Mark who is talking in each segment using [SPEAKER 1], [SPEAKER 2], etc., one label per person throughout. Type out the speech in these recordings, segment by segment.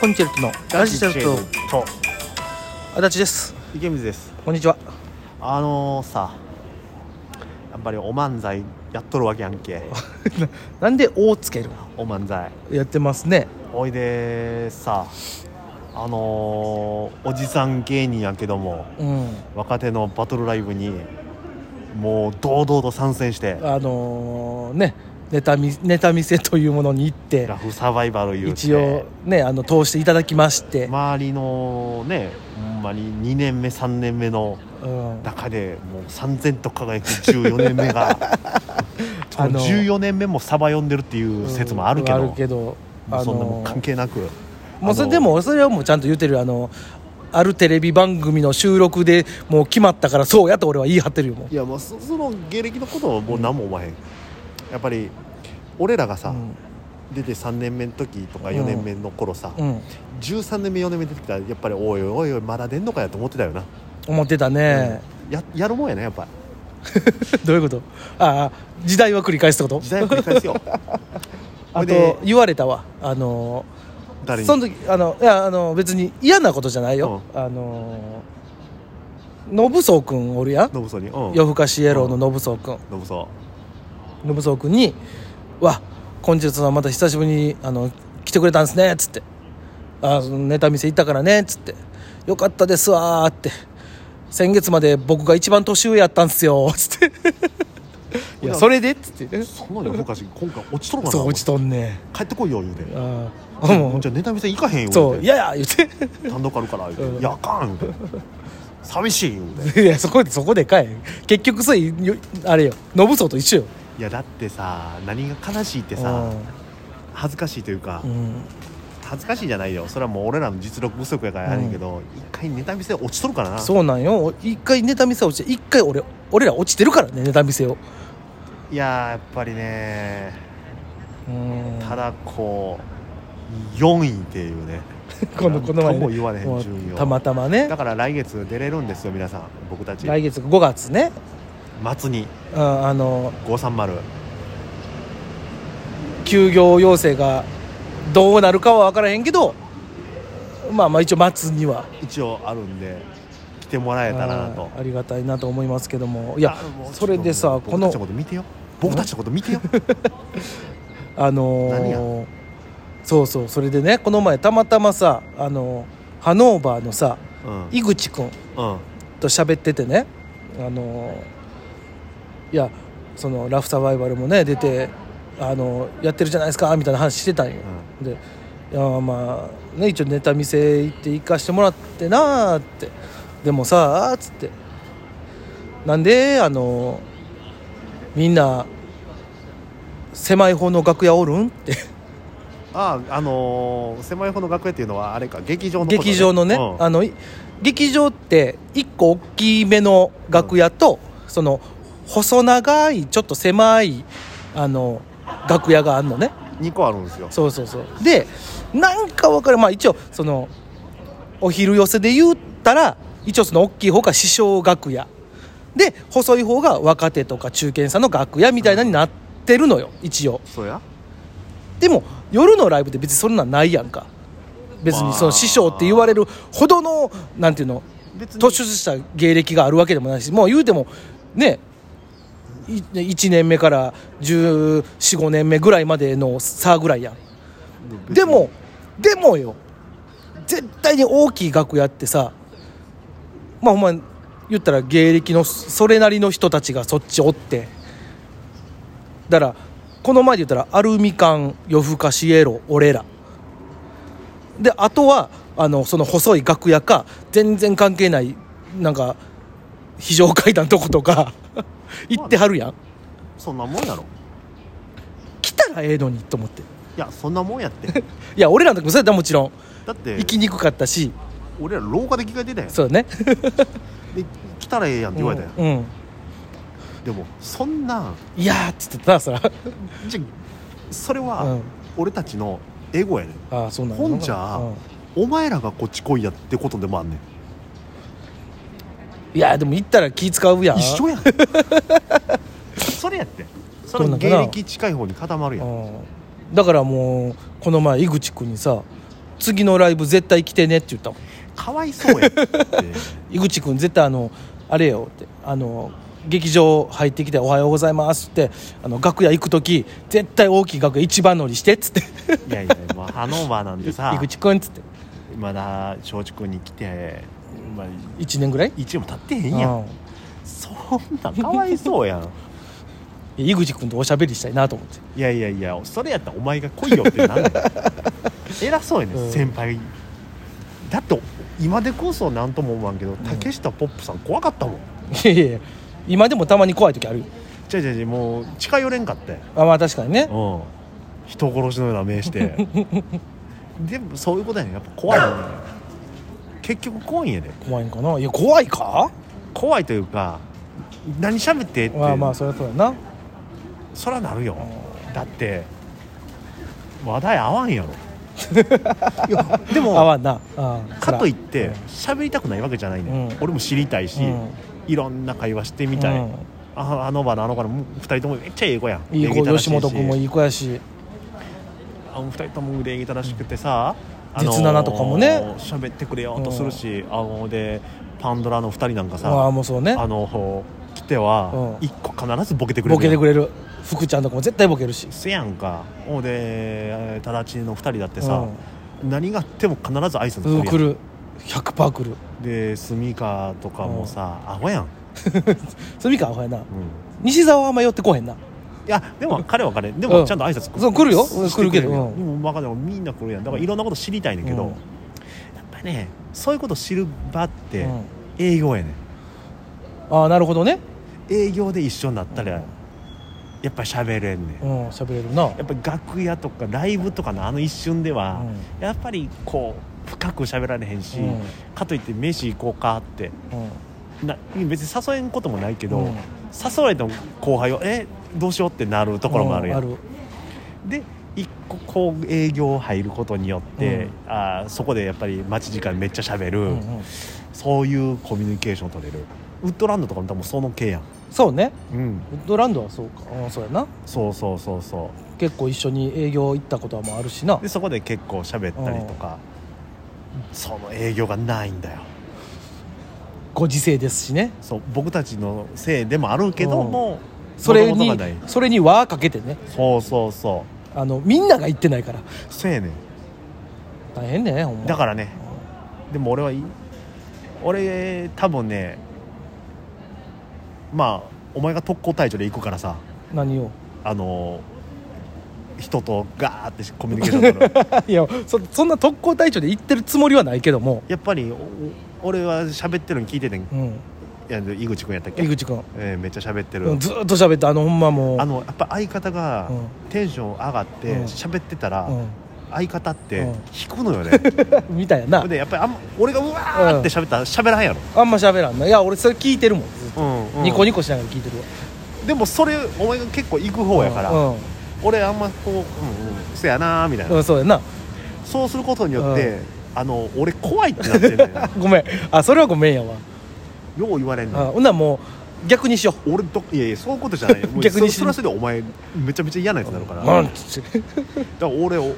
[SPEAKER 1] コンチェルトのラジチェルト
[SPEAKER 2] と
[SPEAKER 1] 足立です
[SPEAKER 2] 池水です
[SPEAKER 1] こんにちは
[SPEAKER 2] あのー、さやっぱりお漫才やっとるわけや んけ
[SPEAKER 1] なんで「お」をつける
[SPEAKER 2] お漫才
[SPEAKER 1] やってますね
[SPEAKER 2] おいでさあのー、おじさん芸人やけども
[SPEAKER 1] うん
[SPEAKER 2] 若手のバトルライブにもう堂々と参戦して
[SPEAKER 1] あのーねネタ見ネタ見せというものに行って
[SPEAKER 2] ラフサバイバル言うて
[SPEAKER 1] 一応ねあの通していただきまして、
[SPEAKER 2] 周りのねほんまに2年目3年目の
[SPEAKER 1] うん、
[SPEAKER 2] 中でもう3000と輝く14年目 がそ
[SPEAKER 1] あ
[SPEAKER 2] の
[SPEAKER 1] の
[SPEAKER 2] 14年目もサバ読んでるっていう説もあるけど,、
[SPEAKER 1] うんあるけど
[SPEAKER 2] もうそんなもん関係なく、
[SPEAKER 1] もうそ
[SPEAKER 2] あ
[SPEAKER 1] れ
[SPEAKER 2] の
[SPEAKER 1] でもそれはもうちゃんと言ってるあのあるテレビ番組の収録でもう決まったからそうやと俺は言い張ってるよもう
[SPEAKER 2] いやもうそその芸歴のことはもう何も思わへん、やっぱり俺らがさ、
[SPEAKER 1] うん
[SPEAKER 2] 出て3年目の時とか4年目の頃さ、
[SPEAKER 1] うん、
[SPEAKER 2] 13年目4年目出てきたらやっぱりおいおいおいまだ出んのかやと思ってたよな、
[SPEAKER 1] 思ってたね、
[SPEAKER 2] ややるもんやねやっぱ
[SPEAKER 1] どういうことああ時代は繰り返すってこと
[SPEAKER 2] 時代を繰り返すよ
[SPEAKER 1] あと
[SPEAKER 2] で
[SPEAKER 1] 言われたわあの
[SPEAKER 2] 誰に
[SPEAKER 1] その時あのいやあの別に嫌なことじゃないよ、あの信宗君おるやん
[SPEAKER 2] ノブソにうん
[SPEAKER 1] 夜更かしイエローの信宗君
[SPEAKER 2] ノブソ
[SPEAKER 1] 信宗君に「わ今日さんまた久しぶりにあの来てくれたんですね」っつって「あそのネタ見せ行ったからね」っつって「よかったですわ」って「先月まで僕が一番年上やったんすよ」っつって「 いやそれで」っつって
[SPEAKER 2] そんなに昔今回落ちとるかな
[SPEAKER 1] そう落ちとんね
[SPEAKER 2] 帰ってこいよ言うて
[SPEAKER 1] んああも
[SPEAKER 2] もう
[SPEAKER 1] う
[SPEAKER 2] じゃあネタ見せ行かへんよ
[SPEAKER 1] そう「
[SPEAKER 2] 言
[SPEAKER 1] いうやいや」言って。
[SPEAKER 2] て単独あるから言うて、
[SPEAKER 1] うん
[SPEAKER 2] いやあかん言うて寂しい言う て
[SPEAKER 1] いやそこでそこでかい結局それよあれよ信宗と一緒よ
[SPEAKER 2] いやだってさ何が悲しいってさ、恥ずかしいというか、
[SPEAKER 1] うんうん
[SPEAKER 2] 恥ずかしいじゃないよそれはもう俺らの実力不足やからやねんけど、一回ネタ見せ落ちとるからな
[SPEAKER 1] そうなんよお一回ネタ見せ落ちて一回俺俺ら落ちてるからねネタ見せを
[SPEAKER 2] いやーやっぱりね
[SPEAKER 1] うん
[SPEAKER 2] ただこう4位っていうね
[SPEAKER 1] このこの前、
[SPEAKER 2] なんとも言われへん
[SPEAKER 1] もう
[SPEAKER 2] 順位を
[SPEAKER 1] たまたまね
[SPEAKER 2] だから来月出れるんですよ皆さん僕たち
[SPEAKER 1] 来月5月ね
[SPEAKER 2] 末に
[SPEAKER 1] ああの
[SPEAKER 2] 530
[SPEAKER 1] 休業要請がどうなるかは分からへんけどまあまあ一応待つには
[SPEAKER 2] 一応あるんで来てもらえたらなと
[SPEAKER 1] あーありがたいなと思いますけどもいや
[SPEAKER 2] あもう
[SPEAKER 1] それでさ
[SPEAKER 2] 僕
[SPEAKER 1] こ
[SPEAKER 2] た
[SPEAKER 1] の
[SPEAKER 2] ちのこと見てよ僕たちのこと見てよ
[SPEAKER 1] あのー
[SPEAKER 2] 何
[SPEAKER 1] そうそうそれでねこの前たまたまさ、あのーハノーバーのさ
[SPEAKER 2] うん
[SPEAKER 1] 井口君
[SPEAKER 2] うん
[SPEAKER 1] と喋っててね、あのーいやそのラフサバイバルもね出て、あのーやってるじゃないですかみたいな話してたんよ、でいやまあね一応ネタ見せ行って行かしてもらってなーってでもさーっつってなんであのみんな狭い方の楽屋おるんって
[SPEAKER 2] ああのー狭い方の楽屋っていうのはあれか劇場のことね
[SPEAKER 1] 劇場のね、
[SPEAKER 2] うん
[SPEAKER 1] あのい劇場って一個大きめの楽屋と、その細長いちょっと狭いあの楽屋があるのね
[SPEAKER 2] 2個あるんですよ
[SPEAKER 1] そうそうそうでなんかわかるまあ一応そのお昼寄せで言ったら一応その大きい方が師匠楽屋で細い方が若手とか中堅さんの楽屋みたいなになってるのよ一応
[SPEAKER 2] そうや
[SPEAKER 1] でも夜のライブで別にそんなんないやんか別にそ
[SPEAKER 2] ま
[SPEAKER 1] の
[SPEAKER 2] あ
[SPEAKER 1] 師匠って言われるほどのなんていうの
[SPEAKER 2] 別に
[SPEAKER 1] 突出した芸歴があるわけでもないしもう言うてもねい1年目から1415年目ぐらいまでの差ぐらいやん
[SPEAKER 2] 別に
[SPEAKER 1] でもでもよ絶対に大きい楽屋ってさまあほんま言ったら芸歴のそれなりの人たちがそっちおってだからこの前で言ったらアルミ缶夜更かしイエロー俺らであとはあのその細い楽屋か全然関係ないなんか非常階段とことか 行ってはるやん
[SPEAKER 2] そんなもんやろ
[SPEAKER 1] 来たらええのにと思って
[SPEAKER 2] いやそんなもんやって
[SPEAKER 1] いや俺らの時もそれだもちろん
[SPEAKER 2] だって
[SPEAKER 1] 行きにくかったし
[SPEAKER 2] 俺ら廊下で着替えてたやん
[SPEAKER 1] そうだね
[SPEAKER 2] で来たらええやんって言われたやん、
[SPEAKER 1] うん、うん
[SPEAKER 2] でもそんない
[SPEAKER 1] やーっつってたなそら
[SPEAKER 2] じゃそれ
[SPEAKER 1] う
[SPEAKER 2] は
[SPEAKER 1] ん
[SPEAKER 2] 俺たちのエゴやねん
[SPEAKER 1] ああそうなんや
[SPEAKER 2] ほんじゃあ
[SPEAKER 1] うん
[SPEAKER 2] お前らがこっち来いやってことでもあんねん
[SPEAKER 1] いやでも行ったら気使うやん
[SPEAKER 2] 一緒やん それやってそ
[SPEAKER 1] どうな
[SPEAKER 2] の
[SPEAKER 1] んか
[SPEAKER 2] 芸
[SPEAKER 1] な
[SPEAKER 2] 歴近い方に固まるやん
[SPEAKER 1] うんだからもうこの前井口君にさ次のライブ絶対来てねって言ったもん
[SPEAKER 2] かわいそ うやって
[SPEAKER 1] 井口君絶対あのあれよってあの劇場入ってきて「おはようございます」ってあの楽屋行く時絶対大きい楽屋一番乗りしてっつって
[SPEAKER 2] いやいや、まあ、ハノーバーなん
[SPEAKER 1] 「
[SPEAKER 2] て
[SPEAKER 1] 井
[SPEAKER 2] さ
[SPEAKER 1] 口君」っつって
[SPEAKER 2] まだ松竹に来て、まあ、
[SPEAKER 1] 1年ぐらい
[SPEAKER 2] 1年も経ってへんやん、
[SPEAKER 1] うん
[SPEAKER 2] そんなんかわいそうやん
[SPEAKER 1] 井口君とおしゃべりしたいなと思って
[SPEAKER 2] いやいやいやそれやったらお前が来いよってなんだ よ偉そうやね、、
[SPEAKER 1] うんん
[SPEAKER 2] 先輩だって今でこそ何とも思わんけど竹下ポップさん怖かったもん
[SPEAKER 1] いやいやいや今でもたまに怖い時あるよ
[SPEAKER 2] じゃじゃじゃもう近寄れんかったよ
[SPEAKER 1] あまあ確かにね
[SPEAKER 2] うん人殺しのような目して でもそういうことやねんやっぱ怖いよね結局怖いんやで
[SPEAKER 1] 怖いんかないや怖いか
[SPEAKER 2] 怖いというか何喋ってって、
[SPEAKER 1] まあまあそりゃそうやな
[SPEAKER 2] そらなるよだって話題合わ んやろいやでも
[SPEAKER 1] 合わんなああ
[SPEAKER 2] かといっ
[SPEAKER 1] そ
[SPEAKER 2] て喋りたくないわけじゃないね、
[SPEAKER 1] うん
[SPEAKER 2] ん、俺も知りたいし、
[SPEAKER 1] うん
[SPEAKER 2] いろんな会話してみ
[SPEAKER 1] ら
[SPEAKER 2] たい、
[SPEAKER 1] うん
[SPEAKER 2] ああの場のあの場の2人ともめっちゃ英語やん
[SPEAKER 1] いい子吉本君も
[SPEAKER 2] い
[SPEAKER 1] いい子やし
[SPEAKER 2] あの2人とも礼儀正しくてさ、
[SPEAKER 1] うん
[SPEAKER 2] あのー
[SPEAKER 1] 絶七とかもね
[SPEAKER 2] 喋ってくれようとするし、あのでパンドラの2人なんかさ、
[SPEAKER 1] ああもうそうね
[SPEAKER 2] あの来ては
[SPEAKER 1] うん
[SPEAKER 2] 1個必ずボケてくれる
[SPEAKER 1] ボケてく
[SPEAKER 2] れ
[SPEAKER 1] れる福ちゃんとかも絶対ボケるし
[SPEAKER 2] せやんかほんでタラチネの2人だってさ、何があっても必ず挨拶する
[SPEAKER 1] う
[SPEAKER 2] や
[SPEAKER 1] ん
[SPEAKER 2] ん
[SPEAKER 1] 来る100%来る
[SPEAKER 2] でスミカとかもさ、アホやん、
[SPEAKER 1] それみかアホやな
[SPEAKER 2] うん
[SPEAKER 1] 西澤はあんま寄ってこへんない
[SPEAKER 2] やでも彼は彼で
[SPEAKER 1] う
[SPEAKER 2] も
[SPEAKER 1] ん
[SPEAKER 2] ちゃんと挨拶
[SPEAKER 1] そう来るよ
[SPEAKER 2] して
[SPEAKER 1] 来るけど
[SPEAKER 2] くれやん
[SPEAKER 1] うん
[SPEAKER 2] でもバカでもみんな来るやんだからいろんなこと知りたいねんけど、
[SPEAKER 1] うん
[SPEAKER 2] やっぱりねそういうこと知る場って
[SPEAKER 1] うん
[SPEAKER 2] 営業やねん
[SPEAKER 1] ああなるほどね
[SPEAKER 2] 営業で一緒になったら
[SPEAKER 1] う
[SPEAKER 2] や
[SPEAKER 1] ん
[SPEAKER 2] っぱり喋れんねん、
[SPEAKER 1] う
[SPEAKER 2] や
[SPEAKER 1] ん喋れるな
[SPEAKER 2] っぱり楽屋とかライブとかのあの一瞬では、やっぱりこう深く喋られへんし、
[SPEAKER 1] うん
[SPEAKER 2] かといって飯行こうかって
[SPEAKER 1] うん
[SPEAKER 2] な別に誘えんこともないけど、
[SPEAKER 1] うん
[SPEAKER 2] 誘われても後輩はえどうしようってなるところもあるやん、
[SPEAKER 1] うん
[SPEAKER 2] で一個こう営業入ることによって、あーそこでやっぱり待ち時間めっちゃしゃべる、
[SPEAKER 1] うんうん
[SPEAKER 2] そういうコミュニケーション取れるウッドランドとかも多分その系やん、
[SPEAKER 1] そうね
[SPEAKER 2] うん、
[SPEAKER 1] ウッドランドはそうかうんそうやな
[SPEAKER 2] そうそうそうそ
[SPEAKER 1] 結構一緒に営業行ったことはもうあるしな
[SPEAKER 2] うでそこで結構しゃべったりとか、その営業がないんだよ
[SPEAKER 1] ご時世ですしね
[SPEAKER 2] そう僕たちのせいでもあるけども、
[SPEAKER 1] それ
[SPEAKER 2] 元
[SPEAKER 1] に
[SPEAKER 2] 々がない
[SPEAKER 1] それに輪かけてね
[SPEAKER 2] そうそうそ
[SPEAKER 1] あのみんなが行ってないから
[SPEAKER 2] うそうやねん
[SPEAKER 1] 大変ねほんま
[SPEAKER 2] だからねでも俺はいい俺多分ねまあお前が特攻隊長で行くからさ
[SPEAKER 1] 何を
[SPEAKER 2] あの人とガーってコミュニケーショ ン取る
[SPEAKER 1] いやそそんな特攻隊長で行ってるつもりはないけども、
[SPEAKER 2] やっぱりお俺は喋ってるの聞いててんい
[SPEAKER 1] うん、
[SPEAKER 2] や井口君やったっけ
[SPEAKER 1] 井、口君
[SPEAKER 2] えーめっちゃ喋ってる、
[SPEAKER 1] うんずーっと喋ってあのほんまもう
[SPEAKER 2] あのやっぱ相方が
[SPEAKER 1] うん
[SPEAKER 2] テンション上がって
[SPEAKER 1] うん
[SPEAKER 2] 喋ってたら、
[SPEAKER 1] う
[SPEAKER 2] 相方って
[SPEAKER 1] うん
[SPEAKER 2] 引くの よね、
[SPEAKER 1] ん、みたいやな
[SPEAKER 2] でやっぱりあんま俺がうわーって喋ったら喋らへんやろ、
[SPEAKER 1] あんま喋らんないや俺それ聞いてるもん、
[SPEAKER 2] うんうん
[SPEAKER 1] ニコニコしながら聞いてるわ
[SPEAKER 2] でもそれお前が結構行く方やから、
[SPEAKER 1] うん、
[SPEAKER 2] 俺あんまこう、うんうん、せやなーみたいな、
[SPEAKER 1] うん、そうやな
[SPEAKER 2] そうすることによって、
[SPEAKER 1] う
[SPEAKER 2] あの俺怖いってなってんね ん
[SPEAKER 1] ごめんあそれはごめんやわ
[SPEAKER 2] よう言われん
[SPEAKER 1] あ
[SPEAKER 2] の
[SPEAKER 1] ほんならもう逆にしよ
[SPEAKER 2] 俺どいやいやそういうことじゃ ないよもう
[SPEAKER 1] 逆に
[SPEAKER 2] そそれはそれでお前めちゃめちゃ嫌なやつになる
[SPEAKER 1] う
[SPEAKER 2] か
[SPEAKER 1] う
[SPEAKER 2] ら、
[SPEAKER 1] ん
[SPEAKER 2] だか
[SPEAKER 1] つって
[SPEAKER 2] ら俺を、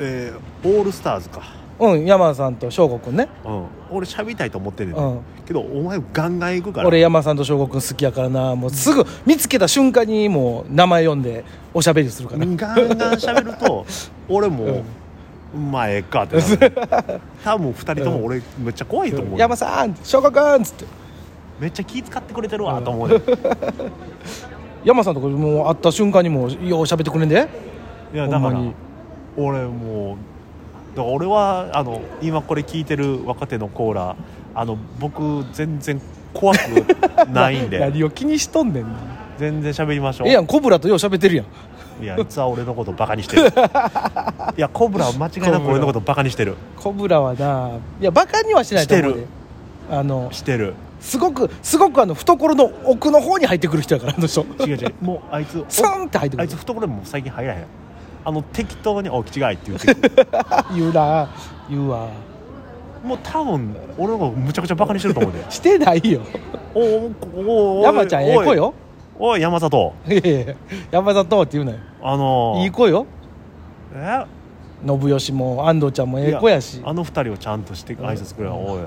[SPEAKER 2] えーオールスターズか、
[SPEAKER 1] うん山田さんと翔吾くんね
[SPEAKER 2] うん、俺喋りたいと思ってんねん、
[SPEAKER 1] うん
[SPEAKER 2] けどお前ガンガン行くから
[SPEAKER 1] 俺山田さんと翔吾くん好きやからなもうすぐ見つけた瞬間にもう名前呼んでおしゃべりするから、
[SPEAKER 2] ガンガン喋る と俺も、まあええかってなる 多分二人とも俺めっちゃ怖いと思うよ、
[SPEAKER 1] 山田さん翔吾くんっつって
[SPEAKER 2] めっちゃ気使ってくれてるわと思うね、
[SPEAKER 1] 山田さんとかもう会った瞬間にもうようしゃべってくれんで
[SPEAKER 2] いや
[SPEAKER 1] ほ
[SPEAKER 2] だ
[SPEAKER 1] ん
[SPEAKER 2] か
[SPEAKER 1] ま
[SPEAKER 2] ら
[SPEAKER 1] に
[SPEAKER 2] 俺もうだから俺はあの今これ聞いてる若手のコーラあの僕全然怖くないん で
[SPEAKER 1] 何を気にしとんねんな
[SPEAKER 2] 全然喋りましょう
[SPEAKER 1] ええやんコブラとようしゃべってるやん
[SPEAKER 2] いやいつは俺のことバカに してるいやコブラは間違いなく俺のことバカにしてる
[SPEAKER 1] コブラはないやバカにはしないと思う
[SPEAKER 2] して
[SPEAKER 1] で
[SPEAKER 2] る
[SPEAKER 1] あの
[SPEAKER 2] してる
[SPEAKER 1] すごくすごくあの懐の奥の方に入ってくる人やからあの 人
[SPEAKER 2] 違う違うもうあいつお
[SPEAKER 1] スンって入ってく
[SPEAKER 2] あい
[SPEAKER 1] る
[SPEAKER 2] つ懐にも最近入らへんあの適当に「おき違い」って 言ってくる
[SPEAKER 1] 言うな言うわ
[SPEAKER 2] もう多分俺のことむちゃくちゃバカにしてると思うで
[SPEAKER 1] してないよ
[SPEAKER 2] おおおおお
[SPEAKER 1] 山ちゃんええ子よ
[SPEAKER 2] おい山里
[SPEAKER 1] いやいや山里って言うなよ
[SPEAKER 2] あのー
[SPEAKER 1] いい子よ
[SPEAKER 2] え
[SPEAKER 1] 信義も安藤ちゃんもええ子やし
[SPEAKER 2] いやあの二人をちゃんとして挨拶くれよ、おい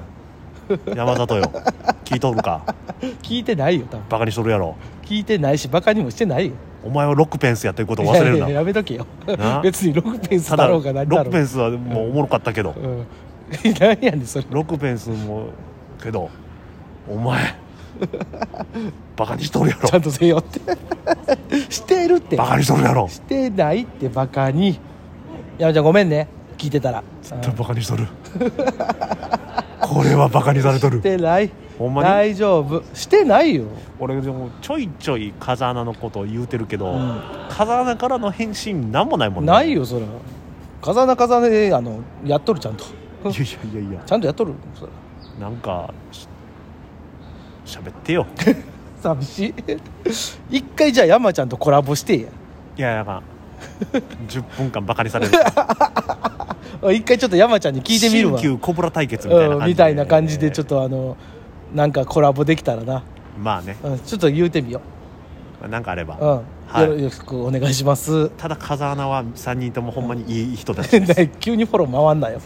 [SPEAKER 2] 山里よ聞いとるか
[SPEAKER 1] 聞いてないよ多分
[SPEAKER 2] バカにしとるやろ
[SPEAKER 1] 聞いてないしバカにもしてないよ
[SPEAKER 2] お前はロックペンスやってることを忘
[SPEAKER 1] い
[SPEAKER 2] れる
[SPEAKER 1] やいや
[SPEAKER 2] な
[SPEAKER 1] やめとけよ
[SPEAKER 2] な
[SPEAKER 1] 別にロックペンス
[SPEAKER 2] た
[SPEAKER 1] だ
[SPEAKER 2] だ
[SPEAKER 1] ろ
[SPEAKER 2] ロ
[SPEAKER 1] うが何だ
[SPEAKER 2] ッ
[SPEAKER 1] ろ
[SPEAKER 2] ク
[SPEAKER 1] う
[SPEAKER 2] ペ
[SPEAKER 1] が
[SPEAKER 2] ンスはもうおもろかったけど、
[SPEAKER 1] うん何やねん それ
[SPEAKER 2] ロックペンスもけど お前バカにしとるや
[SPEAKER 1] ちゃ
[SPEAKER 2] ろ
[SPEAKER 1] んとせよって してるって
[SPEAKER 2] バカにしとるやろ
[SPEAKER 1] してないってバカに山ちゃんごめんね聞いてたら
[SPEAKER 2] 絶対バカにしとるこれはバカにされと
[SPEAKER 1] し
[SPEAKER 2] る
[SPEAKER 1] てない
[SPEAKER 2] ほんまに
[SPEAKER 1] 大丈夫してないよ
[SPEAKER 2] 俺でもちょいちょい風穴のことを言うてるけど、
[SPEAKER 1] ん
[SPEAKER 2] 風穴からの返信なんもないもんね
[SPEAKER 1] ないよそれは風穴風穴であのやっとるちゃんと
[SPEAKER 2] いやいやいやいや
[SPEAKER 1] ちゃんとやっとるそれ
[SPEAKER 2] なんかし喋っ てよ
[SPEAKER 1] 寂しい一回じゃあ山ちゃんとコラボしてや
[SPEAKER 2] いやいやまあ10分間バカに される
[SPEAKER 1] 一回ちょっと山ちゃんに聞いてみるわ
[SPEAKER 2] 新旧コブラ対決みたいな感じ
[SPEAKER 1] う
[SPEAKER 2] で、
[SPEAKER 1] んみたいな感じでちょっとあのなんかコラボできたらな、
[SPEAKER 2] まあね
[SPEAKER 1] うん、ちょっと言うてみよ
[SPEAKER 2] なんかあれ
[SPEAKER 1] う、う
[SPEAKER 2] ば、
[SPEAKER 1] ん
[SPEAKER 2] はい
[SPEAKER 1] よろしくお願いします
[SPEAKER 2] ただ風穴は3人ともほんまにいい人たちです
[SPEAKER 1] ね急にフォロー回んなよ